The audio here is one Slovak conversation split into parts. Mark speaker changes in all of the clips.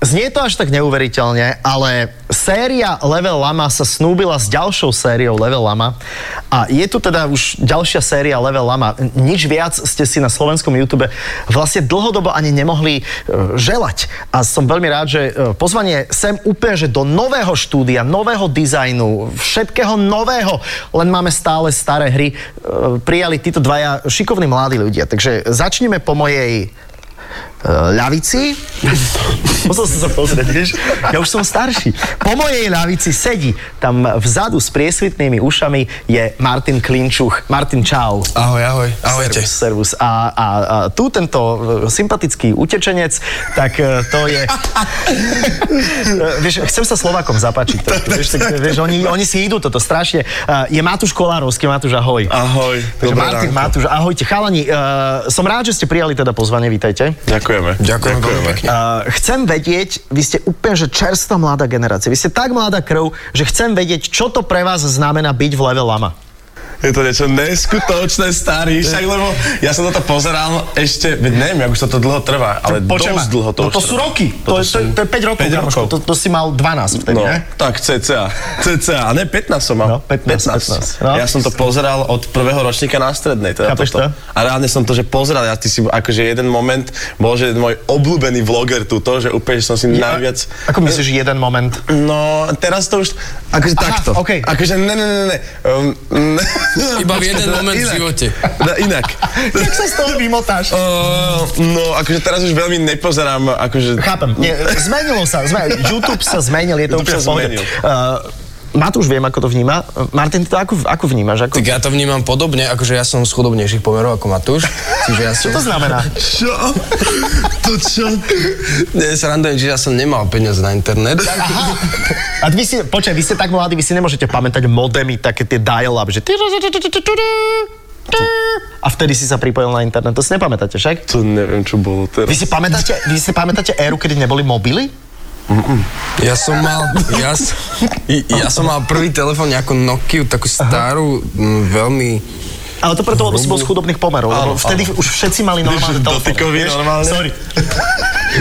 Speaker 1: znie to až tak neuveriteľne, ale séria Level Lama sa snúbila s ďalšou sériou Level Lama a je tu teda už ďalšia séria Level Lama. Nič viac ste si na slovenskom YouTube vlastne dlhodobo ani nemohli e, želať. A som veľmi rád, že e, pozvanie sem úplne, že do nového štúdia, nového dizajnu, všetkého nového, len máme stále staré hry, e, prijali títo dvaja šikovní mladí ľudia. Takže začneme po mojej Eh, ľavici. Musel som sa pozrieť, vieš? Ja už som starší. Po mojej ľavici sedí. Tam vzadu s priesvitnými ušami je Martin Klinčuch. Martin, čau.
Speaker 2: Ahoj, ahoj. Ahojte.
Speaker 1: Servus. A, a, a tu tento eh, sympatický utečenec, tak eh, to je... Eh, vieš, chcem sa Slovákom zapáčiť. trošku, vieš, tak, vieš, oni, oni si idú toto strašne. Eh, Je Matúš Kolárovský, Matúš, ahoj.
Speaker 2: Ahoj.
Speaker 1: Takže Martin, Matúš, ahojte. Chalani, eh, som rád, že ste prijali teda pozvanie, vítajte.
Speaker 3: Ďakujeme.
Speaker 2: Ďakujem veľmi pekne.
Speaker 1: Uh, chcem vedieť, vy ste úplne že čerstvá mladá generácia. Vy ste tak mladá krv, že chcem vedieť, čo to pre vás znamená byť v level lama.
Speaker 2: Je to niečo neskutočné, starý, však lebo ja som toto pozeral ešte, veď neviem, jak už toto dlho trvá, ale dosť dlho to
Speaker 1: no
Speaker 2: už
Speaker 1: to sú
Speaker 2: trvá.
Speaker 1: roky.
Speaker 2: Toto
Speaker 1: To, je- to, je-
Speaker 2: sú
Speaker 1: to je 5 rokov.
Speaker 2: 5
Speaker 1: kamoško.
Speaker 2: rokov.
Speaker 1: To, to si mal 12 vtedy,
Speaker 2: No,
Speaker 1: ne?
Speaker 2: tak cca. Cca. A ne, 15 som
Speaker 1: No,
Speaker 2: mal.
Speaker 1: 15, 15. No.
Speaker 2: Ja som to pozeral od prvého ročníka na strednej. Teda
Speaker 1: Chápeš
Speaker 2: toto.
Speaker 1: to?
Speaker 2: A reálne som to, že pozeral. Ja ty si, akože jeden moment, bol, že môj obľúbený vloger tuto, že úplne že som si najviac...
Speaker 1: Ako myslíš jeden moment?
Speaker 2: No, teraz to už... Akože
Speaker 1: Aha,
Speaker 2: takto.
Speaker 1: okej.
Speaker 2: Akože ne, ne, ne, ne. Um, ne.
Speaker 3: Iba v jeden
Speaker 2: Počkaj,
Speaker 3: moment v
Speaker 2: inak.
Speaker 3: živote.
Speaker 2: Da, inak.
Speaker 1: Jak sa z toho vymotáš?
Speaker 2: Uh, no, akože teraz už veľmi nepozerám, akože...
Speaker 1: Chápem. Nie, zmenilo sa. Zmenil. YouTube sa zmenil, je to
Speaker 2: YouTube
Speaker 1: úplne
Speaker 2: sa
Speaker 1: v pohode.
Speaker 2: zmenil.
Speaker 1: Uh, Matúš, viem, ako to vníma. Uh, Martin, ty to ako, ako vnímaš? Ako...
Speaker 3: Tak ja to vnímam podobne, akože ja som z chudobnejších pomerov ako Matúš. Čiže ja som...
Speaker 1: Čo to znamená?
Speaker 2: Čo? To čo?
Speaker 3: Ne, srandujem, že ja som nemal peniaze na internet.
Speaker 1: A vy si, počkaj, vy ste tak mladí, vy si nemôžete pamätať modemy, také tie dial-up, že... A vtedy si sa pripojil na internet, to si nepamätáte však?
Speaker 2: To neviem, čo bolo
Speaker 1: Vy
Speaker 2: teraz.
Speaker 1: si pamätáte, vy si pamätáte éru, kedy neboli mobily?
Speaker 3: Ja som mal... Ja, s- ja som mal prvý telefón, nejakú Nokiu, takú starú, m, veľmi...
Speaker 1: Ale to preto, lebo si bol z chudobných pomerov, lebo
Speaker 2: Áno,
Speaker 1: vtedy už všetci mali normálne
Speaker 2: Vieš,
Speaker 1: telefóny.
Speaker 2: dotykový
Speaker 1: vieš?
Speaker 2: normálne?
Speaker 1: Sorry.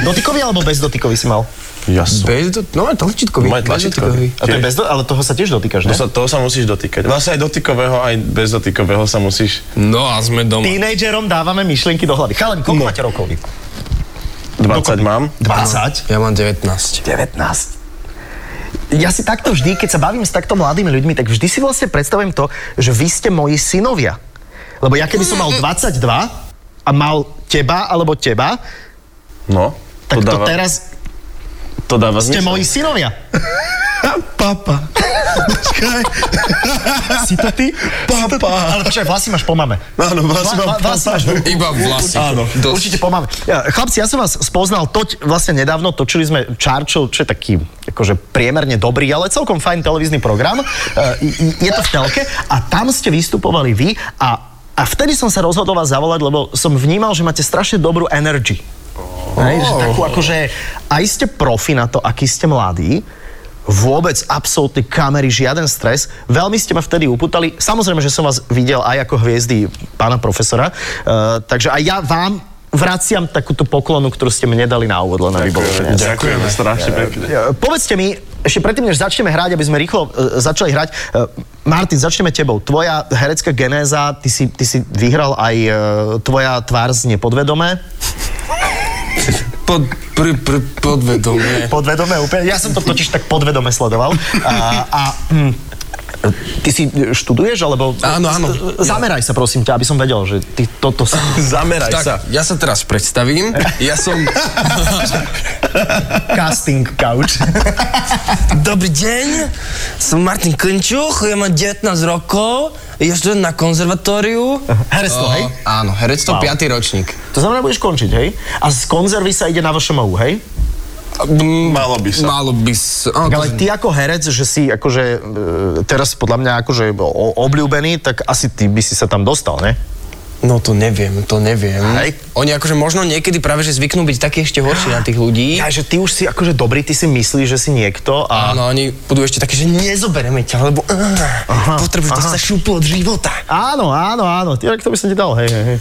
Speaker 1: Dotykový alebo bez dotykový si mal?
Speaker 2: Ja som.
Speaker 3: Bez do, no, tlačítkový.
Speaker 2: Moje tlačítkový.
Speaker 1: A to je bez do, ale toho sa tiež dotýkaš,
Speaker 2: To
Speaker 1: ne?
Speaker 2: sa, toho sa musíš dotýkať. Vlastne aj dotykového, aj bez dotykového sa musíš...
Speaker 3: No a sme doma.
Speaker 1: Tínejdžerom dávame myšlienky do hlavy. Chalem, koľko máte rokov vy?
Speaker 2: 20 No. mám.
Speaker 1: 20?
Speaker 3: Ja mám 19.
Speaker 1: 19. Ja si takto vždy, keď sa bavím s takto mladými ľuďmi, tak vždy si vlastne predstavujem to, že vy ste moji synovia. Lebo ja keby som mal 22 a mal teba alebo teba,
Speaker 2: No.
Speaker 1: tak to,
Speaker 2: dáva,
Speaker 1: teraz
Speaker 2: to dáva
Speaker 1: ste
Speaker 2: zmysel.
Speaker 1: moji synovia.
Speaker 2: Papa. Počkaj.
Speaker 1: Si to ty?
Speaker 2: Papa.
Speaker 1: Ale počkaj, vlasy máš po mame.
Speaker 2: Áno,
Speaker 1: Vla,
Speaker 2: vlastne
Speaker 1: vla,
Speaker 2: mám
Speaker 1: vlasy
Speaker 2: papa.
Speaker 1: máš
Speaker 3: Iba vlasy.
Speaker 2: Áno,
Speaker 3: Dosť.
Speaker 1: Určite pomáme. Ja, Chlapci, ja som vás spoznal toť vlastne nedávno, točili sme Čarčov, čo je taký akože priemerne dobrý, ale celkom fajn televízny program. E, i- i- Je to v telke a tam ste vystupovali vy a a vtedy som sa rozhodol vás zavolať, lebo som vnímal, že máte strašne dobrú energy. Hej, že takú akože, aj ste profi na to, aký ste mladí, vôbec absolútne kamery, žiaden stres. Veľmi ste ma vtedy upútali. Samozrejme, že som vás videl aj ako hviezdy pána profesora, uh, takže aj ja vám vraciam takúto poklonu, ktorú ste mne dali na úvod, len aby bolo
Speaker 2: Ďakujeme,
Speaker 1: dnes.
Speaker 2: Ďakujeme strašne pekne.
Speaker 1: E, Povedzte mi, ešte predtým, než začneme hrať, aby sme rýchlo e, začali hrať, e, Martin, začneme tebou. Tvoja herecká genéza, ty si, ty si vyhral aj e, tvoja tvár z nepodvedomé.
Speaker 3: Pod, pr, pr, podvedomie.
Speaker 1: Podvedomé úplne. Ja som to totiž tak podvedome sledoval. A, a hm, ty si študuješ, alebo...
Speaker 3: Áno, áno.
Speaker 1: Zameraj sa, prosím ťa, aby som vedel, že ty toto... Si...
Speaker 2: Zameraj
Speaker 3: Tak,
Speaker 2: sa.
Speaker 3: ja sa teraz predstavím. Ja som...
Speaker 1: Casting couch.
Speaker 3: Dobrý deň, som Martin Klinčuch, ja mám 19 rokov, ja študujem na konzervatóriu.
Speaker 1: Herectvo,
Speaker 3: O,
Speaker 1: hej?
Speaker 3: Áno, herectvo,
Speaker 1: Wow.
Speaker 3: 5. ročník.
Speaker 1: To znamená, budeš končiť, hej? A z konzervy sa ide na VŠMU, hej?
Speaker 2: Malo by sa.
Speaker 3: Malo by sa. Áno,
Speaker 1: Tak
Speaker 3: to-
Speaker 1: ale ty ako herec, že si akože e, teraz podľa mňa akože o- obľúbený, tak asi ty by si sa tam dostal, ne?
Speaker 3: No to neviem, to neviem.
Speaker 1: Hej.
Speaker 3: Oni akože možno niekedy práve, že zvyknú byť takí ešte horší na tých ľudí.
Speaker 1: Ja, že ty už si akože dobrý, ty si myslíš, že si niekto a...
Speaker 3: Áno, oni budú ešte také, že nezobereme ťa, lebo
Speaker 1: Aha,
Speaker 3: aha, potrebujete
Speaker 1: aha.
Speaker 3: sa šupu od života.
Speaker 1: Áno, áno, áno, ty, to by som ti dal, hej, hej, hej.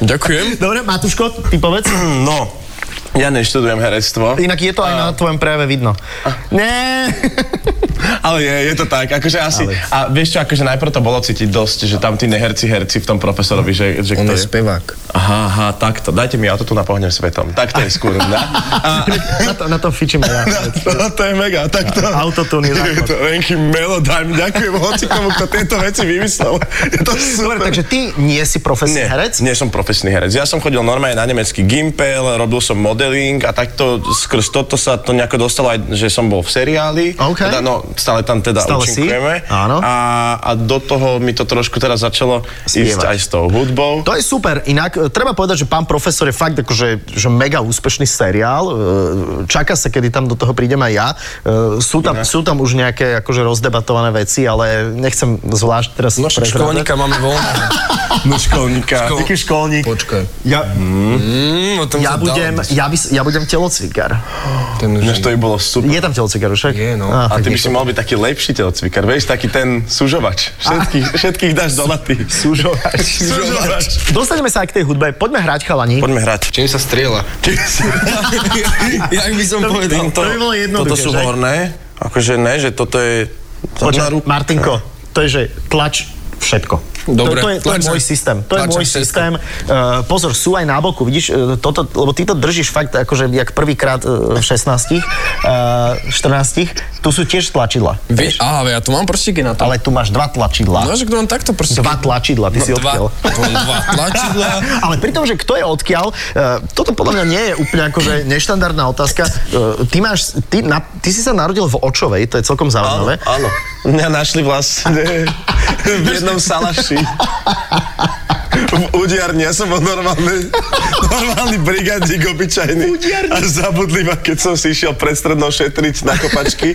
Speaker 3: Ďakujem.
Speaker 1: Dobre, Matuško, ty povedz.
Speaker 2: No, ja neštudujem herectvo,
Speaker 1: Inak je to aj na tvojom prejave vidno. Ne.
Speaker 2: ale je, je to tak, akože asi,
Speaker 1: Ale-
Speaker 2: a vieš čo, akože najprv to bolo cítiť dosť, že tam tí neherci herci v tom profesorovi, že, že
Speaker 3: On
Speaker 2: kto
Speaker 3: je
Speaker 2: je.
Speaker 3: spevák.
Speaker 2: Aha, aha, takto, dajte mi, ja to tu napohnem svetom, tak to je skôr,
Speaker 1: na, to, na to fičím ja.
Speaker 2: No, to je mega, tak to...
Speaker 1: Autotune je základ.
Speaker 2: je to Renky Melodyne, ďakujem hocikomu, kto tieto veci vymyslel. Je to
Speaker 1: Dobre,
Speaker 2: super.
Speaker 1: takže ty nie si profesný
Speaker 2: nie,
Speaker 1: herec?
Speaker 2: Nie som profesný herec. Ja som chodil normálne na nemecký Gimpel, robil som modeling a takto skrz toto sa to nejako dostalo aj, že som bol v seriáli.
Speaker 1: OK.
Speaker 2: Teda, no, stále tam teda
Speaker 1: Stále si?
Speaker 2: účinkujeme.
Speaker 1: Áno.
Speaker 2: A, a do toho mi to trošku teraz začalo ísť
Speaker 1: Spievať.
Speaker 2: aj s tou hudbou.
Speaker 1: To je super, inak e, treba povedať, že pán profesor je fakt akože že mega úspešný seriál, E, čaká sa, kedy tam do toho prídem aj ja. E, Sú tam, sú tam už nejaké akože rozdebatované veci, ale nechcem zvlášť teraz...
Speaker 3: No však
Speaker 1: prezrádzať.
Speaker 3: školníka máme voľná.
Speaker 2: No školníka.
Speaker 3: Škol-
Speaker 1: Taký školník.
Speaker 3: Počkaj.
Speaker 1: Ja,
Speaker 3: Mm, o tom
Speaker 1: ja,
Speaker 3: sa
Speaker 1: budem,
Speaker 3: dalo.
Speaker 1: ja, by, ja budem telocvikár.
Speaker 3: Ten už
Speaker 2: Než to by bolo super.
Speaker 1: Je tam telocvikár však?
Speaker 3: Je, no.
Speaker 1: Á,
Speaker 2: A
Speaker 1: tak
Speaker 2: ty by
Speaker 1: je
Speaker 2: si
Speaker 1: to-
Speaker 2: mal byť taký lepší telocvikár, vieš, taký ten sužovač. Všetkých, všetkých dáš dole ty. Sužovač. Sužovač.
Speaker 1: Dostaneme sa aj k tej hudbe, poďme hrať chalani.
Speaker 2: Poďme hrať.
Speaker 3: Čím sa strieľa? Jak by som povedal?
Speaker 1: to by bolo jednoduché,
Speaker 2: Toto sú
Speaker 1: že?
Speaker 2: horné. Akože ne, že toto je... To
Speaker 1: Počkaj,
Speaker 2: na ruku-
Speaker 1: Martinko, to je, že tlač všetko. to, to,
Speaker 3: Dobre,
Speaker 1: je, to je
Speaker 3: tlačem.
Speaker 1: môj systém. To je
Speaker 3: Tlačem
Speaker 1: môj
Speaker 3: všetko.
Speaker 1: systém. Uh, pozor, sú aj na boku, vidíš, uh, toto, lebo ty to držíš fakt akože jak prvýkrát uh, v 16, uh, 14. Tu sú tiež tlačidla,
Speaker 3: Vieš, aha, ja tu mám prstíky na to.
Speaker 1: ale tu máš dva
Speaker 3: No,
Speaker 1: tlačidla.
Speaker 3: že kto mám takto prstíky?
Speaker 1: Dva tlačidla, ty
Speaker 3: No,
Speaker 1: si odkiaľ.
Speaker 3: Dva, tu mám dva tlačidla.
Speaker 1: Ale pri tom, že kto je odkiaľ, uh, toto podľa mňa nie je úplne akože neštandardná otázka. Uh, ty, máš, ty, na, ty si sa narodil v Očovej, to je celkom zaujímavé.
Speaker 2: Áno. Mňa našli vlastne v jednom salaši. V udiarni, ja som bol normálny, normálny brigádnik obyčajný. A zabudli ma, keď som si išiel pred strednou šetriť na kopačky.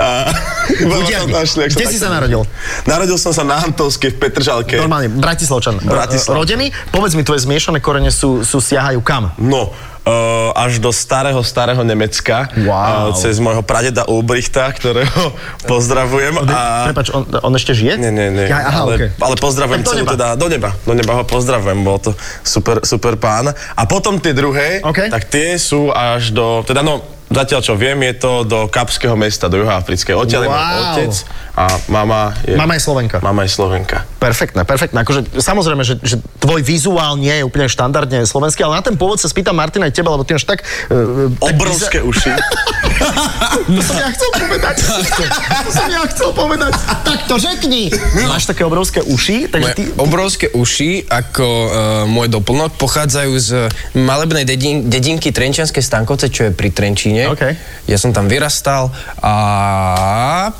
Speaker 2: A ma
Speaker 1: Udiarni.
Speaker 2: tam našli, ak som
Speaker 1: Kde si
Speaker 2: takto-
Speaker 1: sa narodil?
Speaker 2: Narodil som sa na Antovskej v Petržalke.
Speaker 1: Normálne, Bratislavčan.
Speaker 2: Bratislava.
Speaker 1: Rodený? Povedz mi, tvoje zmiešané korene sú, sú siahajú kam?
Speaker 2: No, uh, až do starého, starého Nemecka.
Speaker 1: Wow.
Speaker 2: Uh, cez môjho pradeda Ulbrichta, ktorého pozdravujem. A...
Speaker 1: Prepač, on, on ešte žije?
Speaker 2: Nie, nie, nie.
Speaker 1: Ja, aha,
Speaker 2: ale,
Speaker 1: okay.
Speaker 2: ale pozdravujem
Speaker 1: Tak do
Speaker 2: celú
Speaker 1: neba.
Speaker 2: teda do neba. Do neba ho pozdravujem, bol to super, super pán. A potom tie druhé,
Speaker 1: OK.
Speaker 2: tak tie sú až do, teda no, zatiaľ čo viem, je to do Kapského mesta, do Juhoafrickej. Odtiaľ je môj
Speaker 1: Wow.
Speaker 2: otec a mama je...
Speaker 1: Mama je Slovenka.
Speaker 2: Mama je Slovenka.
Speaker 1: Perfektné, perfektné. Akože, samozrejme, že, že tvoj vizuál nie je úplne štandardne slovenský, ale na ten pôvod sa spýtam Martina aj teba, lebo ty máš tak... Uh,
Speaker 2: Obrovské uši.
Speaker 1: To som ja chcel povedať. to som ja chcel povedať. Tak to řekni.
Speaker 2: No.
Speaker 1: Máš také obrovské uši, takže ty...
Speaker 3: Moje obrovské uši, ako e, môj doplnok, pochádzajú z malebnej dedin, dedinky Trenčianskej Stankovce, čo je pri Trenčíne.
Speaker 1: OK.
Speaker 3: Ja som tam vyrastal a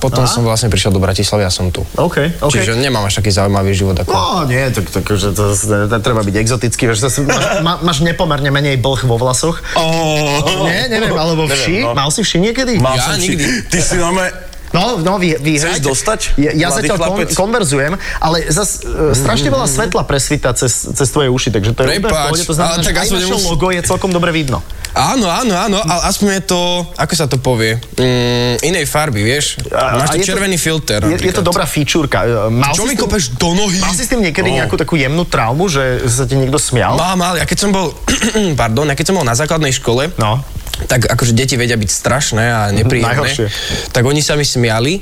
Speaker 3: potom som vlastne prišiel do Bratislavy a som tu.
Speaker 1: OK, OK.
Speaker 3: Čiže nemám až taký zaujímavý život ako...
Speaker 1: No nie, tak, tak že to, to, to, treba byť exotický, vieš, zase máš, má, máš nepomerne menej blh vo vlasoch.
Speaker 2: Oh.
Speaker 1: Nie, neviem, alebo vši?
Speaker 2: Neviem, no.
Speaker 1: Mal si vši niekedy?
Speaker 2: Mal
Speaker 3: Ja
Speaker 2: som si-
Speaker 3: nikdy.
Speaker 2: Ty si normálne...
Speaker 1: No, no, vy, vy
Speaker 2: Chceš
Speaker 1: hrajte.
Speaker 2: dostať,
Speaker 1: Ja, ja
Speaker 2: mladý
Speaker 1: zatiaľ kon,
Speaker 2: chlapec?
Speaker 1: konverzujem, ale zas, e, strašne veľa svetla presvíta cez, cez tvoje uši, takže to je úplne v
Speaker 3: Prepáč,
Speaker 1: pohode, to znamená,
Speaker 3: ale
Speaker 1: že
Speaker 3: tak
Speaker 1: aj
Speaker 3: aspoň
Speaker 1: naše
Speaker 3: nemus-
Speaker 1: logo je celkom dobre vidno.
Speaker 3: Áno, áno, áno, ale aspoň je to, ako sa to povie, mm, inej farby, vieš?
Speaker 1: a
Speaker 3: Máš tu
Speaker 1: je to-
Speaker 3: červený filter.
Speaker 1: Je, je to
Speaker 3: napríklad.
Speaker 1: dobrá fičúrka. E, Mal
Speaker 3: Čo
Speaker 1: si
Speaker 3: mi
Speaker 1: s tým-
Speaker 3: kopeš do nohy?
Speaker 1: Mal si s tým niekedy
Speaker 2: No.
Speaker 1: nejakú takú jemnú traumu, že sa ti niekto smial?
Speaker 3: Mám, ale ja keď som bol, pardon, ja keď som bol na základnej škole,
Speaker 1: No.
Speaker 3: tak akože deti vedia byť strašné a nepríjemné.
Speaker 1: najhoršie. Mhm.
Speaker 3: Tak oni sa mi smiali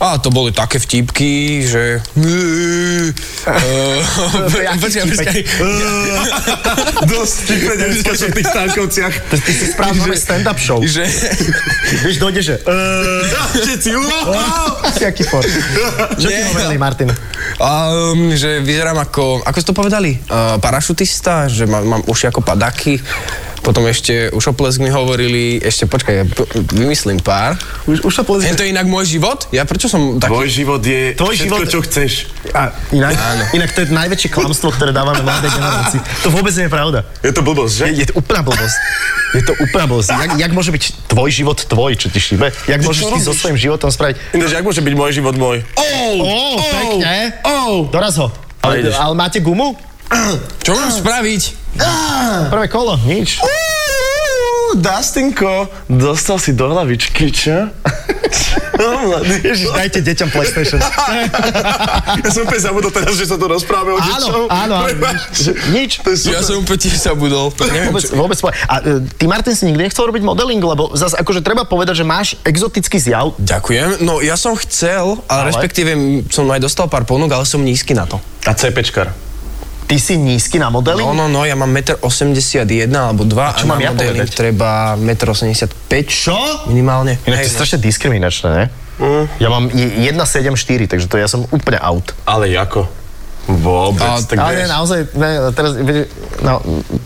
Speaker 3: a to boli také vtipky, že...
Speaker 1: jaký vtipek?
Speaker 3: Počkaj, počkaj.
Speaker 2: Dosť vtipné detská sú v tých stankovciach.
Speaker 1: Ty ty si správne máme stand-up show.
Speaker 3: Že...
Speaker 1: Vieš, dojde, že...
Speaker 2: Všetci, uá!
Speaker 1: Jaký for. Čo ti
Speaker 3: Nie.
Speaker 1: hovorili, Martin?
Speaker 3: Um, že vyzerám ako, ako si to povedali, uh, parašutista, že mám, mám uši ako padaky, potom ešte ušoplesk mi hovorili, ešte počkaj, ja p- vymyslím pár.
Speaker 1: Už, už sa
Speaker 3: Je
Speaker 1: pozrieš.
Speaker 3: to inak môj život? Ja prečo som taký?
Speaker 2: Tvoj život je
Speaker 1: Tvoj
Speaker 2: všetko,
Speaker 1: život-
Speaker 2: čo chceš.
Speaker 1: A inak, inak to je najväčšie klamstvo, ktoré dávame mladej generácii. To vôbec nie je pravda.
Speaker 2: Je to blbosť, že?
Speaker 1: Je to úplná blbosť. Je to úplná blbosť. Jak, jak môže byť tvoj život tvoj, čo ti šíbe? Jak môžeš ty so svojím životom spraviť?
Speaker 2: Ináč, jak môže byť môj život môj?
Speaker 1: Oh, oh, pekne. Oh. Doraz ho.
Speaker 2: Ale
Speaker 1: Ale,
Speaker 2: ideš.
Speaker 1: ale máte gumu?
Speaker 3: Čo mám spraviť?
Speaker 1: Prvé kolo, nič.
Speaker 2: Uú, Dustinko, dostal si do hlavičky, čo? Čo, No, mladý?
Speaker 1: Ježiš, dajte deťom PlayStation.
Speaker 2: Ja som úplne zabudol teraz, že sa tu rozprávame o
Speaker 1: áno,
Speaker 2: ničom.
Speaker 1: áno, áno,
Speaker 2: Prepáč.
Speaker 1: nič. nič.
Speaker 2: To je super.
Speaker 3: Ja som úplne tiež zabudol. Neviem,
Speaker 1: Vôbec,
Speaker 3: čo...
Speaker 1: vôbec po- a e, ty, Martin, si nikdy nechcel robiť modeling, lebo zase akože treba povedať, že máš exotický zjav.
Speaker 3: Ďakujem. No ja som chcel, ale, ale
Speaker 1: Ale?
Speaker 3: respektíve som aj dostal pár ponúk, ale som nízky na to.
Speaker 2: A CPčkar.
Speaker 1: Ty si nízky na modeling?
Speaker 3: No, no, no, ja mám 1,81 m alebo 2 a,
Speaker 1: čo mám ja
Speaker 3: na modeling
Speaker 1: povedať?
Speaker 3: treba 1,85 m.
Speaker 1: Čo?
Speaker 3: Minimálne.
Speaker 1: Inak to je
Speaker 3: Hej, no.
Speaker 1: strašne diskriminačné, ne? Mm. Ja mám je- 1,74, takže to ja som úplne out.
Speaker 2: Ale ako? Vôbec,
Speaker 3: A-
Speaker 2: tak
Speaker 1: Ale
Speaker 2: vieš.
Speaker 1: ne, naozaj, ne, teraz, vieš, no,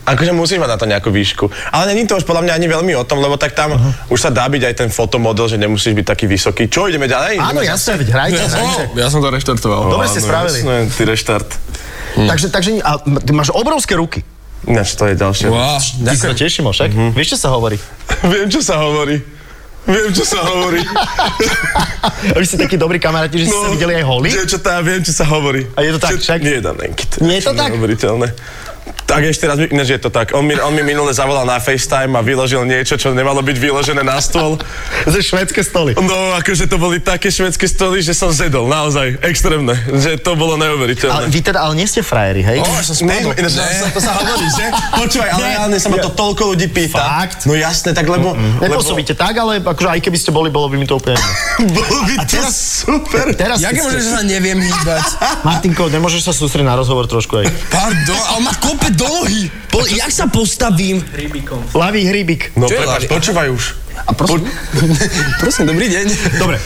Speaker 2: Akože musíš mať na to nejakú výšku. Ale není to už podľa mňa ani veľmi o tom, lebo tak tam uh-huh. už sa dá byť aj ten fotomodel, že nemusíš byť taký vysoký. Čo, ideme ďalej?
Speaker 1: áno,
Speaker 2: Ideme
Speaker 1: jasne, veď hrajte, hrajte.
Speaker 3: ja som to reštartoval.
Speaker 1: Dobre ste spravili.
Speaker 2: Jasné, ty reštart.
Speaker 1: Takže, takže, a ty máš obrovské ruky.
Speaker 2: Ináč to je ďalšie.
Speaker 3: Wow,
Speaker 1: Ty sa teším, však.
Speaker 3: Mhm.
Speaker 1: Mm-hmm. Vieš, čo sa hovorí?
Speaker 2: Viem, čo sa hovorí. Viem, čo sa hovorí.
Speaker 1: A vy ste takí dobrí kamaráti, že ste
Speaker 3: No.
Speaker 1: sa videli aj holi?
Speaker 2: Dievčatá, viem, čo sa hovorí.
Speaker 1: A je to tak,
Speaker 2: Čo-
Speaker 1: však?
Speaker 2: Nie je tam nenky.
Speaker 1: Nie je to tak?
Speaker 2: Neuveriteľné. Tak ešte raz, mi- ináč je to tak. On mi, on mi minule zavolal na FaceTime a vyložil niečo, čo nemalo byť vyložené na stôl.
Speaker 1: Ze švedské stoly.
Speaker 2: No, akože to boli také švedské stoly, že som zedol, naozaj, extrémne. Že to bolo
Speaker 1: Ale
Speaker 2: neuveriteľné.
Speaker 1: vy teda, ale nie ste frajeri, hej?
Speaker 2: No,
Speaker 3: O, No, ja som spadol.
Speaker 2: Ne, to, sa, to sa hovorí, že? Počúvaj, ale
Speaker 1: Ne.
Speaker 2: reálne sa ma to toľko ľudí pýta.
Speaker 1: Fakt?
Speaker 2: No jasné, tak lebo...
Speaker 1: Nepôsobíte tak, ale akože aj keby ste boli, bolo by mi to úplne jedno.
Speaker 2: lebo bolo by to
Speaker 1: teraz-
Speaker 2: super.
Speaker 1: Teraz
Speaker 3: Jak
Speaker 1: keď
Speaker 3: je možné,
Speaker 1: ste-
Speaker 3: že sa neviem hýbať?
Speaker 1: Martinko, nemôžeš sa sústrediť na rozhovor trošku aj.
Speaker 3: Pardon, ale má kope do nohy. Po, jak sa postavím?
Speaker 1: Lavý hríbik.
Speaker 2: No
Speaker 3: Čo je
Speaker 2: prepáč,
Speaker 3: hlavy?
Speaker 2: počúvaj už.
Speaker 3: A prosím, prosím, dobrý deň.
Speaker 1: Dobre.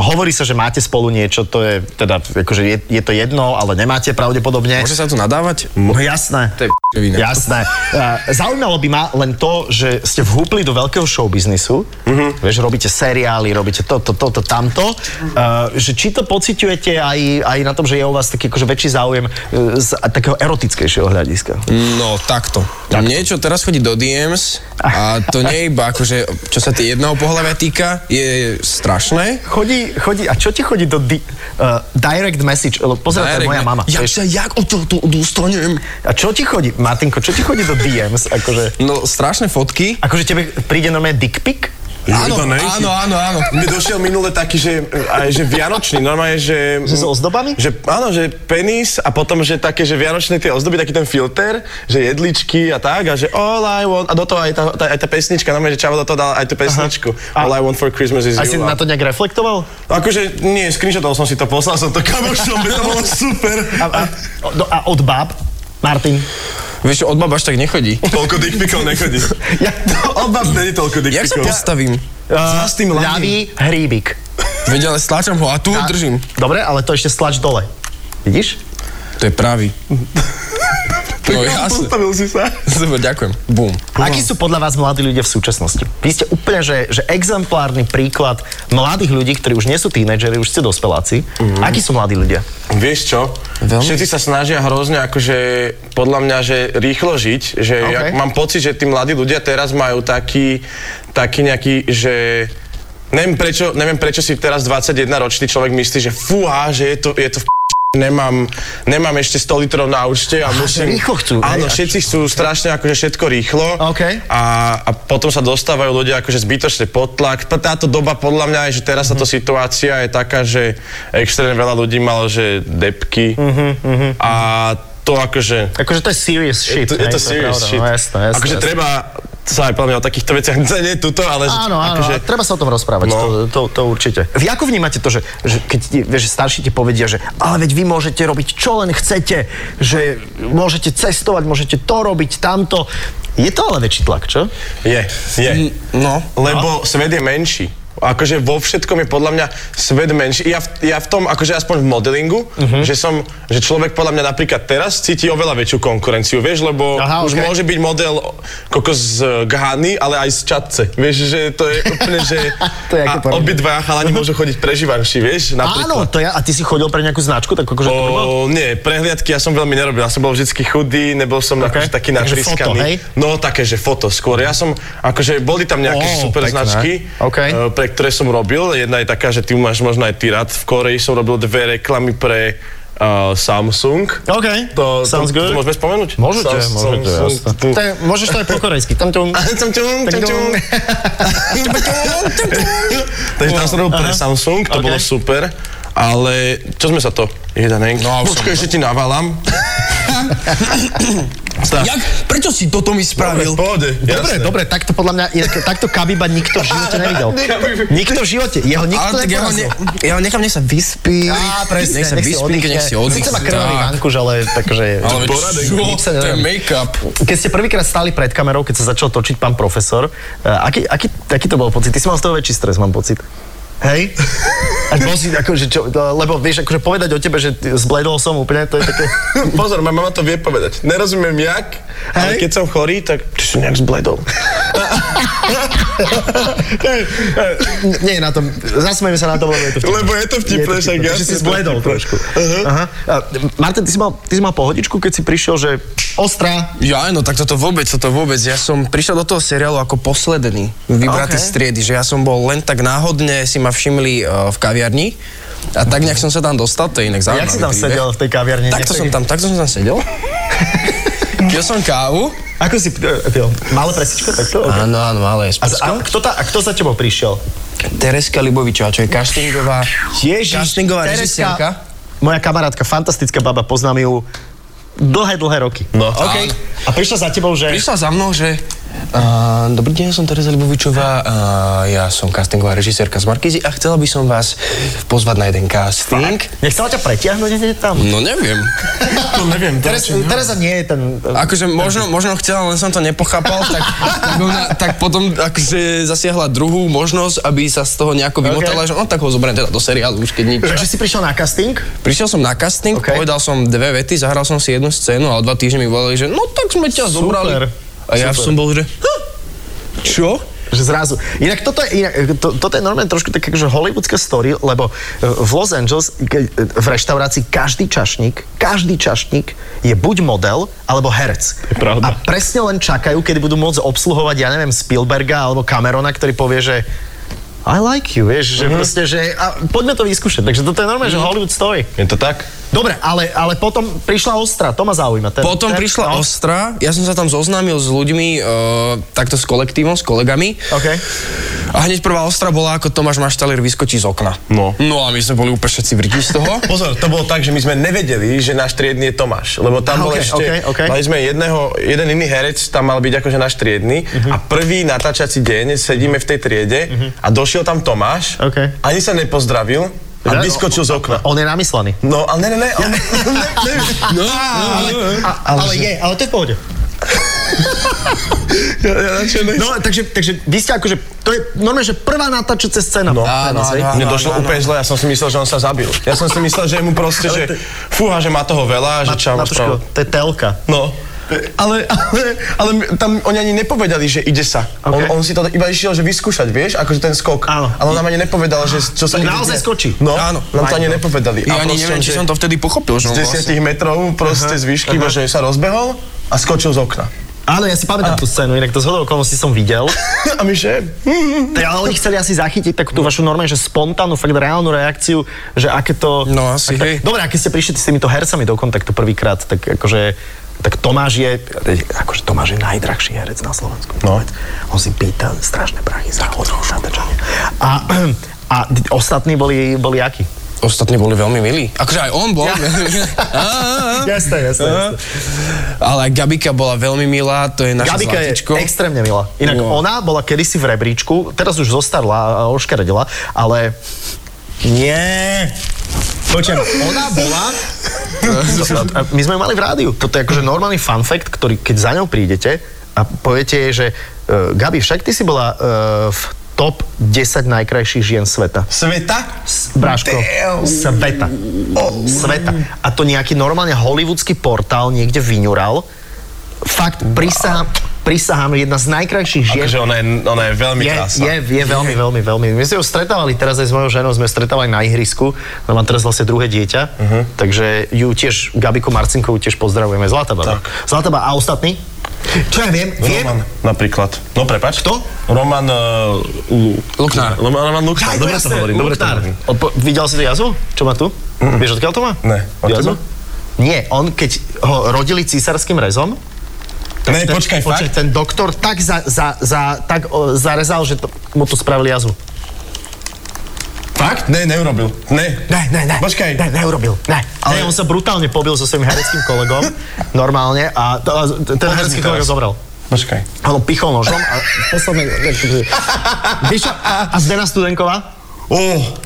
Speaker 1: Hovorí sa, že máte spolu niečo, to je teda, akože je, je to jedno, ale nemáte pravdepodobne.
Speaker 3: Môže sa tu nadávať?
Speaker 1: No jasné.
Speaker 3: To je p***vina.
Speaker 1: Jasné. Eh, Zaujímalo by ma len to, že ste vhúpli do veľkého showbiznisu,
Speaker 3: Mhm.
Speaker 1: vieš, robíte seriály, robíte toto, toto, tamto, Eh, že či to pociťujete aj, aj na tom, že je u vás taký akože väčší záujem eh, z takého erotickejšieho hľadiska.
Speaker 3: No, takto. Niečo teraz chodí do DMs a to nie je iba akože, čo sa tie jedného pohľavia týka, je strašné.
Speaker 1: Chodí, chodí, a čo ti chodí do di, uh, direct message? Lebo Pozerá to je
Speaker 3: Direct
Speaker 1: moja
Speaker 3: ma-
Speaker 1: mama.
Speaker 3: Jak
Speaker 1: vieš.
Speaker 3: sa, jak od toho tu dostanem?
Speaker 1: A čo ti chodí, Martinko, čo ti chodí do DMs? Akože,
Speaker 3: No, strašné fotky.
Speaker 1: akože tebe príde normálne dick pic?
Speaker 2: Áno,
Speaker 3: Áno, áno, áno, áno.
Speaker 2: Mi došiel minule taký, že, aj, že vianočný, normálne, že...
Speaker 1: Že s ozdobami?
Speaker 2: Že, áno, že penis a potom, že také, že vianočné tie ozdoby, taký ten filter, že jedličky a tak a že all I want, a do toho aj tá, tá, aj tá pesnička, normálne, že Čavo do toho dal aj tú pesničku.
Speaker 1: A-
Speaker 2: All I want for Christmas is
Speaker 1: A si
Speaker 2: you. a-
Speaker 1: na to nejak reflektoval?
Speaker 2: Akože, nie, screenshotol som si to, poslal som to kamošom, to bolo super.
Speaker 1: A, a, do, a od báb? Martin.
Speaker 3: Vieš čo, od baba až tak nechodí.
Speaker 2: Toľko dickpikov nechodí.
Speaker 1: Ja-
Speaker 2: Oba není toľko
Speaker 3: Jak sa
Speaker 2: dickpikov.
Speaker 3: postavím?
Speaker 2: S tým ľavým.
Speaker 1: Eh, Ľavý hríbik.
Speaker 3: Veď, ale stláčam ho a tu ho držím.
Speaker 1: Dobre, ale to ešte stlač dole. Vidíš?
Speaker 3: To je pravý. No jasne.
Speaker 2: Postavil si sa.
Speaker 3: Dobre, ďakujem. Bum.
Speaker 1: Akí sú podľa vás mladí ľudia v súčasnosti? Vy ste úplne, že, že exemplárny príklad mladých ľudí, ktorí už nie sú tínedžeri, už ste dospeláci. Mm.
Speaker 2: Mhm.
Speaker 1: Akí sú mladí ľudia?
Speaker 2: Vieš čo?
Speaker 3: Veľmi.
Speaker 2: Všetci sa snažia hrozne akože podľa mňa, že rýchlo žiť, že
Speaker 1: OK.
Speaker 2: okay. ja mám pocit, že tí mladí ľudia teraz majú taký, taký nejaký, že neviem prečo, neviem prečo si teraz 21 ročný človek myslí, že fúha, že je to, je to v p- nemám, nemám ešte 100 litrov na účte a musím...
Speaker 1: rýchlo chcú, hej,
Speaker 2: Áno,
Speaker 1: až-
Speaker 2: všetci chcú strašne akože všetko rýchlo
Speaker 1: OK.
Speaker 2: a, a potom sa dostávajú ľudia akože zbytočne pod tlak. T- Táto doba podľa mňa je, že teraz
Speaker 1: Mhm.
Speaker 2: táto situácia je taká, že extrémne veľa ľudí malo, že depky
Speaker 1: Mhm,
Speaker 2: a to akože...
Speaker 1: Akože to mhm. je serious
Speaker 2: Je
Speaker 1: shit.
Speaker 2: to,
Speaker 1: hej,
Speaker 2: je to serious
Speaker 1: pravda,
Speaker 2: shit.
Speaker 1: No, jasné, jasné,
Speaker 2: akože
Speaker 1: jasné.
Speaker 2: treba sa aj podľa mňa o takýchto veciach, nie tuto, ale... že-
Speaker 1: Áno, áno,
Speaker 2: akože,
Speaker 1: akože... treba sa o tom rozprávať, no.
Speaker 2: No.
Speaker 1: to, to, to určite. Vy ako vnímate to, že, že keď ti, vieš, starší ti povedia, že ale veď vy môžete robiť čo len chcete, že môžete cestovať, môžete to robiť, tamto. Je to ale väčší tlak, čo?
Speaker 2: Je, je.
Speaker 3: Mm, no.
Speaker 2: Lebo svet je menší. Akože vo všetkom je podľa mňa svet menší. Ja v, ja v tom, akože aspoň v modelingu,
Speaker 1: Mhm.
Speaker 2: uh-huh. že som, že človek podľa mňa napríklad teraz cíti oveľa väčšiu konkurenciu, vieš, lebo
Speaker 1: Aha,
Speaker 2: Aha, už
Speaker 1: okej.
Speaker 2: môže byť model koko z Ghany, ale aj z Čadce. Vieš, že to je úplne, že
Speaker 1: To je ako
Speaker 2: a
Speaker 1: porovnanie.
Speaker 2: obidva chalani môžu chodiť prežívanší, vieš,
Speaker 1: Áno,
Speaker 2: napríklad.
Speaker 1: to ja, a ty si chodil pre nejakú značku, tak akože... to bolo?
Speaker 2: O, nie, prehliadky ja som veľmi nerobil. Ja som bol vždycky chudý, nebol som
Speaker 1: Ok.
Speaker 2: okay. akože taký
Speaker 1: Takže foto, hej?
Speaker 2: natrískaný. No také, že foto skôr. Ja som, akože boli tam nejaké
Speaker 1: Ó,
Speaker 2: super
Speaker 1: pekné.
Speaker 2: značky,
Speaker 1: Ok.
Speaker 2: e, pre ktoré som robil. Jedna je taká, že ty máš možno aj ty rád. V Koreji som robil dve reklamy pre e, uh, Samsung.
Speaker 1: OK,
Speaker 2: To,
Speaker 1: No, sounds
Speaker 2: to,
Speaker 1: good.
Speaker 2: To môžeme spomenúť?
Speaker 1: Môžete,
Speaker 2: Sam-
Speaker 1: môžete,
Speaker 2: Samsung.
Speaker 1: jasné. To je, môžeš to aj po korejsky. Tam ťum.
Speaker 2: Tam ťum, tam ťum. Takže tam som robil pre Samsung, to
Speaker 1: OK.
Speaker 2: bolo super. Ale čo sme sa to? Jedanek.
Speaker 3: No, už som-
Speaker 2: Počkaj, ešte ti naválam.
Speaker 3: Jak? Prečo si toto mi spravil?
Speaker 2: v pohode.
Speaker 1: Dobre,
Speaker 2: jasné.
Speaker 1: dobre, takto podľa mňa, je, takto Kabiba nikto v živote nevidel. Nikto v živote, jeho nikto
Speaker 3: Ale tak ja ho, ne,
Speaker 1: neporazil.
Speaker 3: ja ho nechám, nech sa vyspí.
Speaker 1: Á, presne,
Speaker 3: nech sa vyspí, nech si oddychne.
Speaker 1: Sice má krvavý
Speaker 3: Tak.
Speaker 1: vankuš, ale takže...
Speaker 3: Ale čo?
Speaker 2: Poradek.
Speaker 1: Nič sa
Speaker 3: To je
Speaker 1: nerobí.
Speaker 3: make-up.
Speaker 1: Keď ste prvýkrát stáli pred kamerou, keď sa začal točiť pán profesor, eh, aký, aký, aký to bol pocit? Ty si mal z toho väčší stres, mám pocit. Hej? A bol si, akože, čo, lebo vieš, akože povedať o tebe, že ty- zbledol som úplne, to je také...
Speaker 2: Pozor, moja mama to vie povedať. Nerozumiem jak, ale
Speaker 1: Hej.
Speaker 2: keď som chorý, tak ty si nejak zbledol.
Speaker 1: N- Nie je na tom, zasmejme sa na tom, lebo je to vtipné.
Speaker 2: Lebo je to vtipné,
Speaker 1: Je
Speaker 2: však
Speaker 1: Takže si
Speaker 2: jasne, to je
Speaker 1: zbledol
Speaker 2: vtipné.
Speaker 1: trošku. Aha. A, Martin, ty si, mal, ty si mal pohodičku, keď si prišiel, že ostrá,
Speaker 3: Ja, no tak toto vôbec, toto vôbec. Ja som prišiel do toho seriálu ako posledný vybratý
Speaker 1: Ok.
Speaker 3: z triedy, že ja som bol len tak náhodne, si ma všimli uh, v kaviarni a tak nejak som sa tam dostal, to je inak zaujímavý
Speaker 1: jak si tam
Speaker 3: príbeh.
Speaker 1: sedel v tej kaviarni?
Speaker 3: Takto som
Speaker 1: Nechceš-
Speaker 3: tam, takto som tam sedel. Pil som kávu.
Speaker 1: Ako si... e, pil? Malé presičko, takto? Okay.
Speaker 3: Áno, áno, ale
Speaker 1: A, a, kto tá, a kto za tebou prišiel?
Speaker 3: Tereska Libovičová, čo je castingová, castingová
Speaker 1: Tereska,
Speaker 3: režisérka.
Speaker 1: Moja kamarátka, fantastická baba, poznám ju dlhé, dlhé roky.
Speaker 2: No.
Speaker 3: OK.
Speaker 1: A prišla za tebou, že...
Speaker 3: Prišla za mnou, že uh, dobrý deň, som Tereza Libovičová, uh, ja som castingová režisérka z Markízy a chcela by som vás pozvať na jeden casting.
Speaker 1: Nechcela ťa pretiahnuť hneď tam?
Speaker 3: No neviem.
Speaker 2: To neviem. to-
Speaker 1: Teres, Tereza nie je ten...
Speaker 3: Akože možno, možno chcela, len som to nechápal, tak, tak, ona, tak potom akože zasiahla druhú možnosť, aby sa z toho nejako vymotala, že no tak ho zoberiem teda do seriálu už keď nič.
Speaker 1: Takže si prišiel na casting?
Speaker 3: Prišiel som na casting,
Speaker 1: OK.
Speaker 3: povedal som dve vety, zahral som si jednu scénu a o dva týždne mi volali, že no tak sme ťa zobrali. A ja
Speaker 1: Super.
Speaker 3: som bol, že "Ha? čo?
Speaker 1: Že zrazu. Inak toto je, inak, to, toto je normálne trošku také, že hollywoodská story, lebo e, v Los Angeles ke, e, v reštaurácii každý čašník, každý čašník je buď model, alebo herec.
Speaker 2: je
Speaker 1: A
Speaker 2: pravda.
Speaker 1: presne len čakajú, kedy budú môcť obsluhovať, ja neviem, Spielberga alebo Camerona, ktorý povie, že I like you, vieš, že
Speaker 2: Mhm.
Speaker 1: proste, že a poďme to vyskúšať. Takže toto je normálne, že Hollywood story.
Speaker 2: Je to tak?
Speaker 1: Dobre, ale, ale potom prišla ostra, to ma zaujíma. Ten,
Speaker 3: Potom
Speaker 1: ten,
Speaker 3: prišla
Speaker 1: no.
Speaker 3: Ostra, ja som sa tam zoznámil s ľuďmi, e, takto s kolektívom, s kolegami.
Speaker 1: OK.
Speaker 3: A hneď prvá Ostra bola, ako Tomáš Maštalier vyskočí z okna.
Speaker 2: No.
Speaker 3: No a my sme boli úplne všetci vrti z toho.
Speaker 2: Pozor, to bolo tak, že my sme nevedeli, že náš triedny je Tomáš, lebo
Speaker 1: Aha,
Speaker 2: tam bol
Speaker 1: okej,
Speaker 2: ešte,
Speaker 1: okej, okej.
Speaker 2: mali sme jedného, jeden iný herec, tam mal byť akože náš triedny a prvý natáčací deň sedíme v tej triede a došiel tam Tomáš,
Speaker 1: Okej.
Speaker 2: ani sa nepozdravil a
Speaker 1: Ja-
Speaker 2: vyskočil z okna.
Speaker 1: On je namyslený.
Speaker 2: No, ale ne, ne, ne, on, ne, ne,
Speaker 3: No,
Speaker 1: A, ale, ale je, ale to je v pohode.
Speaker 2: ja, ja radšej ne-
Speaker 1: No, takže, takže vy ste akože, to je normálne, že prvá natáčacia scéna. No,
Speaker 3: áno, áno, áno.
Speaker 2: Mne došlo úplne zle, ja som si myslel, že on sa zabil. Ja som si myslel, že je mu proste, že fúha, že má toho veľa, že čau, máš pravdu.
Speaker 1: to je telka.
Speaker 2: No. Ale, ale, ale m- tam oni ani nepovedali, že ide sa.
Speaker 1: Ok.
Speaker 2: Okay. On, on si to iba išiel, že vyskúšať, vieš, akože ten skok.
Speaker 1: Áno.
Speaker 2: Ale on nám ani nepovedal, že čo
Speaker 1: On
Speaker 2: sa... ide
Speaker 1: naozaj
Speaker 2: dne.
Speaker 1: skočí.
Speaker 2: No,
Speaker 3: Áno.
Speaker 2: áno. nám to
Speaker 1: Fajn,
Speaker 2: ani
Speaker 1: no.
Speaker 2: nepovedali.
Speaker 3: ja ani
Speaker 2: proste
Speaker 3: neviem,
Speaker 2: on,
Speaker 3: či
Speaker 2: že
Speaker 3: som to vtedy pochopil, že
Speaker 2: Z
Speaker 3: on vlastne...
Speaker 2: 10 metrov proste z výšky, iba že sa rozbehol a skočil z okna.
Speaker 1: Áno, ja si pamätám tú scénu, inak to zhodou okolností som videl.
Speaker 2: A my že...
Speaker 1: To je, ale oni chceli asi zachytiť takú tú vašu normálne, že spontánnu, fakt reálnu reakciu, že aké to...
Speaker 3: No
Speaker 1: tak,
Speaker 3: asi, hej.
Speaker 1: Dobre, a keď ste prišli s týmito hercami do kontaktu prvýkrát, tak akože tak Tomáš je, akože Tomáš je najdrahší herec na Slovensku.
Speaker 2: No.
Speaker 1: On si pýta strašné prachy za odrúž A, a ostatní boli, boli akí?
Speaker 3: Ostatní boli veľmi milí. Akože aj on bol. Á, á, á.
Speaker 1: Jasné, jasné, jasné.
Speaker 3: Ale aj Gabika bola veľmi milá, to je naša
Speaker 1: Gabika je
Speaker 3: zlatičko.
Speaker 1: extrémne milá. Inak
Speaker 3: Wow.
Speaker 1: ona bola kedysi v rebríčku, teraz už zostarla a oškaredila, ale... Nie. Počujem, ona bola... My sme ju mali v rádiu. Toto je akože normálny fun fact, ktorý keď za ňou prídete a poviete jej, že uh, Gabi, však ty si bola uh, v top 10 najkrajších žien sveta.
Speaker 2: Sveta?
Speaker 1: S- Bráško,
Speaker 2: Damn.
Speaker 1: sveta. Sveta. A to nejaký normálne hollywoodsky portál niekde vyňural. Fakt, prisahám, prisahám, jedna z najkrajších žien.
Speaker 2: Akože ona je, ona je veľmi
Speaker 1: Je,
Speaker 2: krásna.
Speaker 1: je, je veľmi, veľmi, veľmi. My sme ju stretávali teraz aj s mojou ženou, sme ju stretávali na ihrisku, ona má teraz vlastne druhé dieťa,
Speaker 2: Mhm.
Speaker 1: takže ju tiež, Gabiku Marcinkovú tiež pozdravujeme. Zlatá baba. Zlatá baba. A ostatní? Čo ja viem? Viem?
Speaker 2: Roman napríklad. No prepač.
Speaker 1: Kto?
Speaker 2: Roman uh, Lu...
Speaker 3: Luknár.
Speaker 2: Roman, Roman
Speaker 1: Aj,
Speaker 2: Luknár.
Speaker 1: to
Speaker 2: Dobre to
Speaker 1: jasné,
Speaker 2: hovorím, dobre to
Speaker 1: Luktár.
Speaker 2: hovorím.
Speaker 1: Odpo- videl si to jazvu? Čo má tu? Vieš, odkiaľ to má?
Speaker 2: Ne, od
Speaker 1: Jazvu?
Speaker 2: teba?
Speaker 1: Nie, on keď ho rodili císarským rezom, tak
Speaker 2: Ne,
Speaker 1: ten,
Speaker 2: počkaj, fakt?
Speaker 1: ten doktor tak, za, za, za, tak o, zarezal, že to, mu to spravili jazvu.
Speaker 2: Fakt? Ne, neurobil. Ne.
Speaker 1: Ne, ne, ne.
Speaker 2: Počkaj.
Speaker 1: Ne, neurobil. Ne. Ale ne, on sa brutálne pobil so svojím hereckým kolegom, normálne, a, to, a ten
Speaker 2: Povedz
Speaker 1: herecký
Speaker 2: mi
Speaker 1: kolega
Speaker 2: teraz.
Speaker 1: zomrel.
Speaker 2: Počkaj.
Speaker 1: Áno, pichol nožom a posledný... Vieš čo? A Zdena Studenková?
Speaker 2: Ó,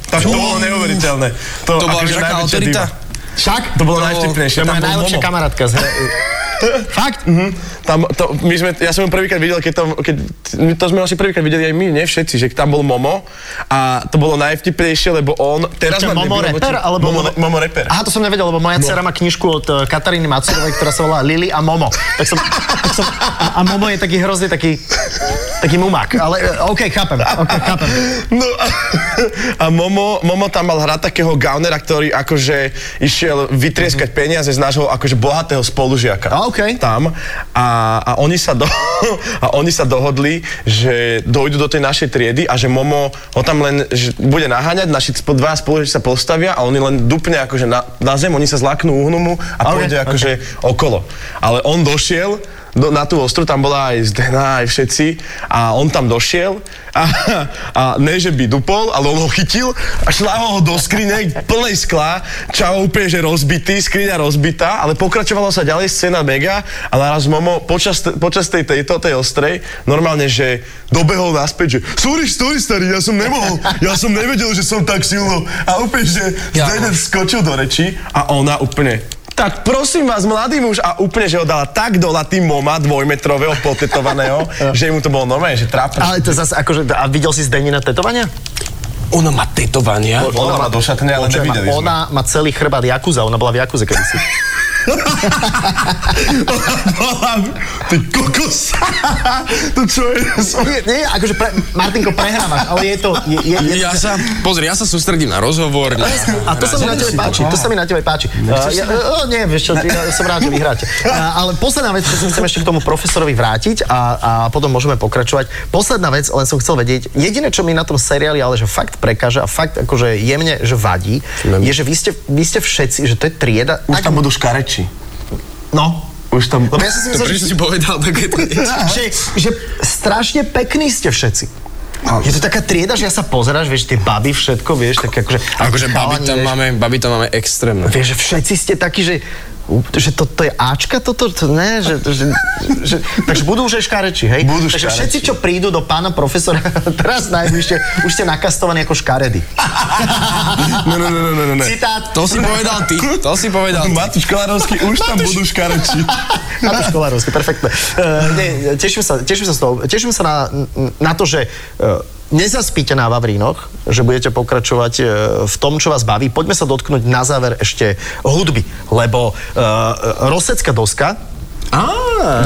Speaker 2: tak to bolo neuveriteľné. To,
Speaker 3: To bola že
Speaker 2: akože
Speaker 3: taká
Speaker 2: najväčšia
Speaker 3: autorita.
Speaker 2: diva.
Speaker 1: Však?
Speaker 2: To bolo
Speaker 1: To
Speaker 2: najvtipnejšie.
Speaker 1: je
Speaker 2: Tam
Speaker 1: moja
Speaker 2: bol
Speaker 1: najlepšia
Speaker 2: Momo.
Speaker 1: kamarátka. Z... Fakt?
Speaker 2: Mhm. Tam, to, my sme, ja som ju prvýkrát videl, keď to, keď, my to sme asi prvýkrát videli aj my, nie všetci, že tam bol Momo a to bolo najvtipnejšie, lebo on teraz
Speaker 1: Čo,
Speaker 2: ma
Speaker 1: Momo
Speaker 2: nebyl,
Speaker 1: reper,
Speaker 2: lebo-
Speaker 1: alebo
Speaker 2: Momo,
Speaker 1: Momo-
Speaker 2: Momo reper.
Speaker 1: Aha, to som nevedel, lebo moja dcera má knižku od eh, Kataríny Macurovej, ktorá sa volá Lili a Momo. Tak som, tak som, a, a Momo je taký hrozný, taký, taký mumák. Ale eh, OK, chápem, OK, chápem.
Speaker 2: No a, a Momo, Momo tam mal hrať takého gaunera, ktorý akože išiel vytrieskať peniaze z nášho akože bohatého spolužiaka.
Speaker 1: Mhm. A okej.
Speaker 2: Tam. A, a, oni sa do, a oni sa dohodli, že dojdu do tej našej triedy a že Momo ho tam len že bude naháňať, naši spo- dva spolužiaci sa postavia a oni len dupne akože na, na zem, oni sa zlaknú, uhnú mu a
Speaker 1: Ok,
Speaker 2: pôjde akože okolo. Ale on došiel do, na tú ostru, tam bola aj Zdena, aj všetci a on tam došiel a, a ne, že by dupol, ale on ho chytil a šláhol ho do skrine plnej skla, čau úplne, že rozbitý, skriňa rozbitá, ale pokračovalo sa ďalej, scéna mega a naraz Momo počas, počas tej, tejto, tej ostrej, normálne, že dobehol naspäť, že sorry, sorry, starý, ja som nemohol, ja som nevedel, že som tak silno a úplne, že
Speaker 3: Ja.
Speaker 2: Zdena skočil do reči a ona úplne tak prosím vás, mladý muž, a úplne, že ho dala tak dole tým moma dvojmetrového potetovaného, že mu to bolo normálne, že trápne.
Speaker 1: Ale to zase akože, a videl si Zdenina tetovania?
Speaker 3: Ona má tetovania.
Speaker 2: Ona má došatne, ale
Speaker 1: Počujem,
Speaker 2: nevideli sme.
Speaker 1: ona má celý chrbát Jakuza, ona bola v Jakuze kedysi.
Speaker 2: Ona bola... Ty kokos! to čo je?
Speaker 1: Nie, nie, akože pre, Martinko, prehrávaš, ale je to... Je, je, je,
Speaker 3: Ja sa, pozri, ja sa sústredím na rozhovor. Na,
Speaker 1: A to sa mi na tebe páči, to sa mi na tebe páči. Uh, ja, o, nie, vieš čo, ja som rád, že vyhráte. Uh, ale posledná vec, čo sa chcem ešte k tomu profesorovi vrátiť a, a potom môžeme pokračovať. Posledná vec, len som chcel vedieť, jediné, čo mi na tom seriáli ale že fakt prekáže a fakt akože jemne, že vadí, je, že vy ste, vy ste všetci, že to je trieda.
Speaker 2: Už tam budú škareči.
Speaker 1: No.
Speaker 2: Už tam...
Speaker 1: Lebo ja som si
Speaker 3: to
Speaker 1: myslel, že,
Speaker 3: prečo si povedal takéto niečo?
Speaker 1: že, že strašne pekní ste všetci.
Speaker 3: No.
Speaker 1: Je to taká trieda, že ja sa pozeráš, vieš, tie baby, všetko, vieš, tak akože...
Speaker 3: Akože babi
Speaker 1: chalani,
Speaker 3: tam
Speaker 1: vieš.
Speaker 3: máme, babi tam máme extrémne.
Speaker 1: Vieš, že všetci ste takí, že že to, to je Ačka toto, to ne, že, že, že, takže budú už aj škareči, hej?
Speaker 2: Budú
Speaker 1: takže
Speaker 2: škareči.
Speaker 1: všetci, čo prídu do pána profesora teraz najbližšie, už ste nakastovaní ako škaredy.
Speaker 2: No, no, no, no, no, no, ne.
Speaker 1: Citát.
Speaker 3: To si povedal ty, to si povedal ty.
Speaker 2: Matúš Kolarovský, už tam budú škareči.
Speaker 1: Na to školárovské, perfektné. Uh, nie, teším, sa, teším, sa z toho, teším sa na, na to, že uh, nezaspíte na Vavrínoch, že budete pokračovať uh, v tom, čo vás baví. Poďme sa dotknúť na záver ešte hudby, lebo uh, Rosecká doska,
Speaker 3: Á,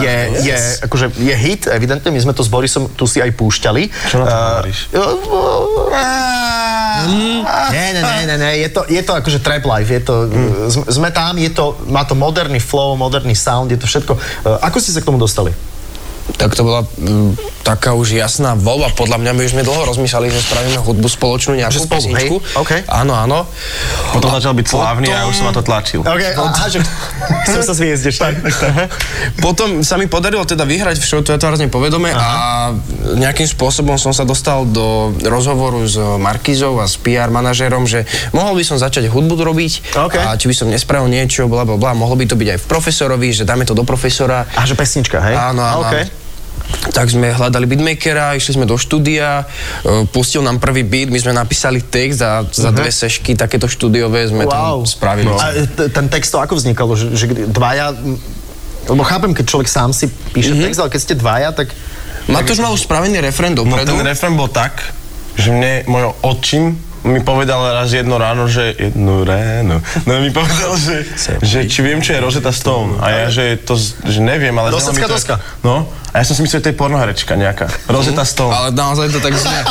Speaker 1: je, je, akože je hit, evidentne, my sme to s Borisom tu si aj púšťali.
Speaker 2: Čo na to
Speaker 1: Eh,
Speaker 2: hovoríš?
Speaker 1: Mm, Nie, nie, nie, nie, nie. Je, to, je to akože trap life, je to, eh, sme- sme tam, je to, má to moderný flow, moderný sound, je to všetko. Eh, Ako ste sa k tomu dostali?
Speaker 3: Tak to bola mm, taká už jasná voľba, podľa mňa my už sme dlho rozmýšľali, že spravíme hudbu spoločnú nejakú
Speaker 1: Že spolu, hej?
Speaker 3: pesničku.
Speaker 1: OK.
Speaker 3: Áno, áno.
Speaker 2: Potom začal byť slávny a už som na to tlačil.
Speaker 1: OK, aha, že chcem sa zviezť ešte.
Speaker 3: Potom sa mi podarilo teda vyhrať v show, to ja to raz nepovedome a nejakým spôsobom som sa dostal do rozhovoru s Markizou a s PR manažérom, že mohol by som začať hudbu robiť
Speaker 1: OK.
Speaker 3: a či by som nespravil niečo, bla bla bla, mohlo by to byť aj v profesorovi, že dáme to do profesora.
Speaker 1: A že pesnička, hej?
Speaker 3: Áno, áno.
Speaker 1: OK.
Speaker 3: áno. Tak sme hľadali beatmakera, išli sme do štúdia, e, pustil nám prvý beat, my sme napísali text a za dve sešky takéto štúdiové
Speaker 1: Mhm.
Speaker 3: sme
Speaker 1: Wow.
Speaker 3: tam spravili.
Speaker 1: A eh, t- ten text to ako vznikalo? Že, že kdy- dvaja... m, Lebo chápem, keď človek sám si píše text, ale keď ste dvaja, tak...
Speaker 3: Matúš mal už spravený referendum
Speaker 2: No ten refrén bol tak, že mne môj otčím mi povedal raz jedno ráno, že jedno ráno, no mi povedal, že, že či viem, čo je Rosetta Stone. A ja, že to, z- že neviem, ale... znelo mi
Speaker 1: Rosetská
Speaker 2: to-
Speaker 1: doska.
Speaker 2: No, a ja som si myslel, že to je pornoherečka nejaká. Rosetta Stone.
Speaker 3: Mhm. Ale naozaj to tak znie.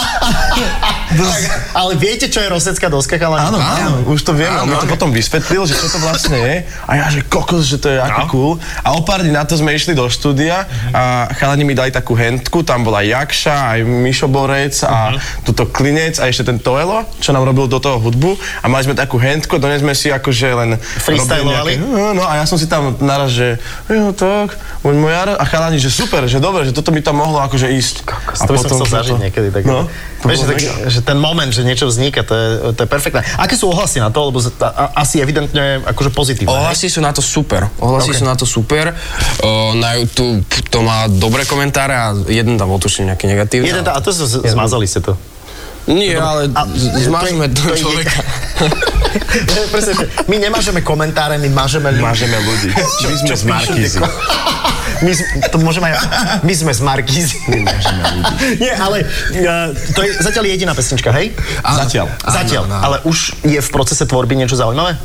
Speaker 1: Ale viete, čo je rosecká doska, chalani?
Speaker 2: Áno, áno, už to viem, on mi to potom vysvetlil, že čo to vlastne je. A ja, že kokos, že to je
Speaker 1: No.
Speaker 2: ako cool. A o pár dní na to sme išli do štúdia a chalani mi dali takú hentku, tam bola Jakša, aj Mišo Borec a
Speaker 1: Mhm.
Speaker 2: tuto Klinec a ešte ten Toelo, čo nám robil do toho hudbu. A mali sme takú hentku, dnes sme si akože len
Speaker 1: Freestylovali?
Speaker 2: robili nejaké- No a ja som si tam naraz, že jo, tak, buď môj jar. A chalani, že super, že dobre, že toto by tam mohlo akože ísť.
Speaker 1: Kokos, to by som chcel zažiť niekedy. Tak,
Speaker 2: No, to
Speaker 1: vieš,
Speaker 2: bolo
Speaker 1: tak,
Speaker 2: mega.
Speaker 1: že ten moment, že niečo vzniká, to je, to je perfektné. Aké sú ohlasy na to? Lebo z- a- a- asi evidentne akože pozitívne.
Speaker 3: Ohlasy sú na to super. Ohlasy
Speaker 1: Ok.
Speaker 3: sú na to super. O, na YouTube to má dobré komentáre a jeden tam otuším nejaký negatívny.
Speaker 1: Jeden,
Speaker 3: ale-
Speaker 1: tá- a to z- z- zmazali ste to.
Speaker 3: Nie, ale
Speaker 1: A-
Speaker 3: z- zmažme
Speaker 1: to je- to
Speaker 3: toho
Speaker 1: je
Speaker 3: človeka.
Speaker 1: Presne, že my nemažeme komentáre, my mažeme ľudí.
Speaker 2: Mážeme ľudí. My sme z Markízy.
Speaker 1: My, sme- to môžeme aj, my sme z Markízy. Nie, ale uh, to je zatiaľ jediná pesnička, hej?
Speaker 2: Zatiaľ.
Speaker 1: Zatiaľ, ale už je v procese tvorby niečo zaujímavé?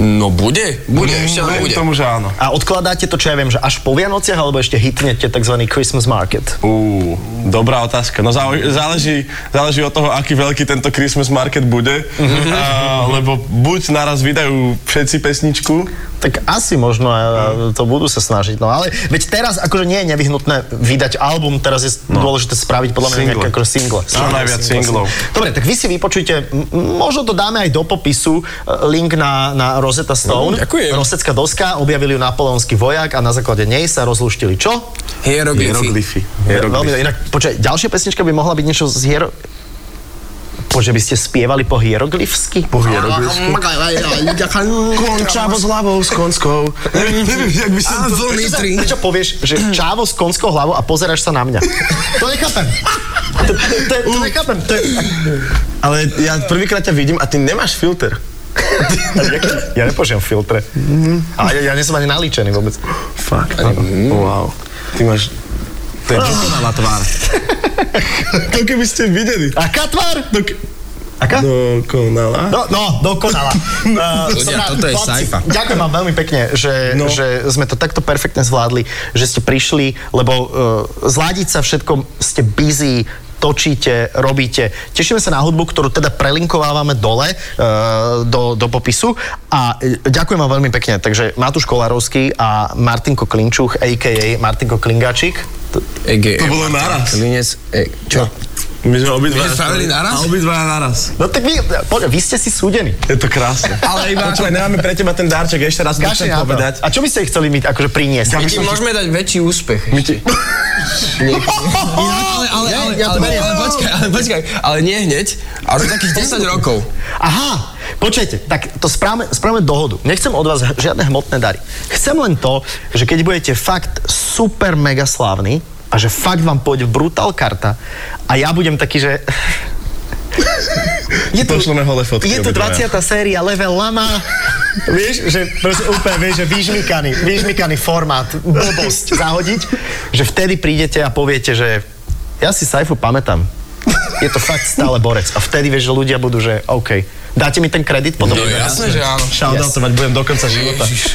Speaker 3: No bude, bude,
Speaker 1: Mm,
Speaker 3: ešte
Speaker 1: no,
Speaker 3: len
Speaker 2: Verím
Speaker 3: bude.
Speaker 2: Mm, tomu, že áno.
Speaker 1: A odkladáte to, čo ja viem, že až po Vianociach, alebo ešte hitnete tzv. Christmas Market?
Speaker 2: Ú, dobrá otázka. No zau- záleží, záleží od toho, aký veľký tento Christmas market bude, a, lebo buď naraz vydajú všetci pesničku,
Speaker 1: Tak asi možno a- a
Speaker 2: Mhm.
Speaker 1: to budú sa snažiť, no ale veď teraz akože nie je nevyhnutné vydať album, teraz je no. dôležité spraviť podľa mňa
Speaker 2: Single.
Speaker 1: nejaké akože single. Single,
Speaker 2: najviac
Speaker 1: single,
Speaker 2: singlov.
Speaker 1: single. Dobre, tak vy si vypočujte, m- m- možno to dáme aj do popisu, e, link na, na Rosetta Stone.
Speaker 2: Mhm,
Speaker 3: Mm, ďakujem.
Speaker 1: Rosecká doska, objavili ju napoleonský vojak a na základe nej sa rozluštili čo?
Speaker 3: Hieroglyfy.
Speaker 2: hieroglyfy.
Speaker 1: Veľmi, inak, počkaj, ďalšia pesnička by mohla byť niečo z hiero... Bože, by ste spievali po hieroglyfsky? Po
Speaker 2: Končávo s hlavou, s konskou. Neviem, neviem, jak by som
Speaker 3: A
Speaker 2: to...
Speaker 3: vlny tri.
Speaker 1: Prečo povieš, že čávo s konskou hlavou a pozeráš sa na mňa? To nechápem. To, to, to, to nechápem. To je...
Speaker 2: Ale ja prvýkrát ťa vidím a ty nemáš filter.
Speaker 1: Ja nepožijem filtre. A ja, ja nie som ani nalíčený vôbec.
Speaker 2: Fakt. Wow. Ty máš... To je dokonalá tvár. To keby ste videli.
Speaker 1: Aká tvár? Dok- Aká?
Speaker 2: Dokonalá.
Speaker 1: No, no, dokonala. Uh,
Speaker 3: Ľudia, toto je sci-fi.
Speaker 1: Ďakujem vám veľmi pekne, že, no. že sme to takto perfektne zvládli, že ste prišli, lebo uh, zládiť sa všetko, ste busy, točíte, robíte. Tešíme sa na hudbu, ktorú teda prelinkovávame dole uh, do, do popisu a e, ďakujem vám veľmi pekne. Takže Matúš Kolárovský a Martinko Klinčuch, a.k.a. Martinko Klingačik.
Speaker 3: EG.
Speaker 2: To bolo naraz.
Speaker 3: Klinec, e, čo?
Speaker 2: My sme obidva...
Speaker 3: My sme spravili naraz?
Speaker 2: A obidva naraz.
Speaker 1: No tak vy, poďme, vy ste si súdení.
Speaker 2: Je to krásne.
Speaker 3: Ale iba
Speaker 2: Počúvaj, nemáme pre teba ten dárček, ešte raz to
Speaker 1: Kašli
Speaker 2: chcem
Speaker 1: na to.
Speaker 2: povedať.
Speaker 1: A čo by ste chceli mi akože priniesť?
Speaker 3: My ti môžeme dať väčší úspech.
Speaker 2: No,
Speaker 3: My ti... ale, ale,
Speaker 1: Ja-
Speaker 3: ale,
Speaker 1: ja to
Speaker 3: ale,
Speaker 1: beriem.
Speaker 3: ale, počkaj, ale počkaj, ale nie hneď, ale za takých 10 rokov.
Speaker 1: Aha, počujete, tak to správame, správame dohodu. Nechcem od vás h- žiadne hmotné dary. Chcem len to, že keď budete fakt super mega slávni a že fakt vám pôjde brutál karta a ja budem taký, že... Je
Speaker 2: Pošleme holé fotky
Speaker 1: Je tu
Speaker 2: obidvaja.
Speaker 1: 20. séria Level Lama. Vieš, že proste úplne, vieš, že vyžmykaný, vyžmykaný formát, blbosť zahodiť, že vtedy prídete a poviete, že ja si Saifu pamätám. Je to fakt stále borec. A vtedy vieš, že ľudia budú, že OK. Dáte mi ten kredit potom?
Speaker 3: No jasné, že áno.
Speaker 2: Shoutoutovať budem do konca života.
Speaker 3: Ježiš.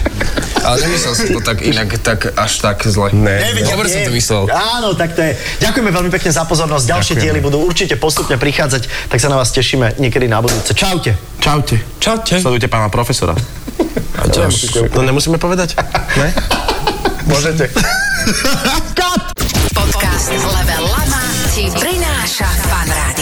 Speaker 3: Ale nemyslel som to tak inak, tak až tak zle.
Speaker 2: Ne.
Speaker 1: Nevidel,
Speaker 3: Dobre
Speaker 1: nie.
Speaker 3: som to myslel.
Speaker 1: Áno, tak to je. Ďakujeme veľmi pekne za pozornosť. Ďalšie diely budú určite postupne prichádzať, tak sa na vás tešíme niekedy na budúce. Čaute.
Speaker 2: Čaute.
Speaker 3: Čaute.
Speaker 2: Sledujte pána profesora.
Speaker 3: A ťaž.
Speaker 2: To nemusíme povedať? Ne? Môžete.
Speaker 4: Podcast Level Lama ti prináša Fan Rádio.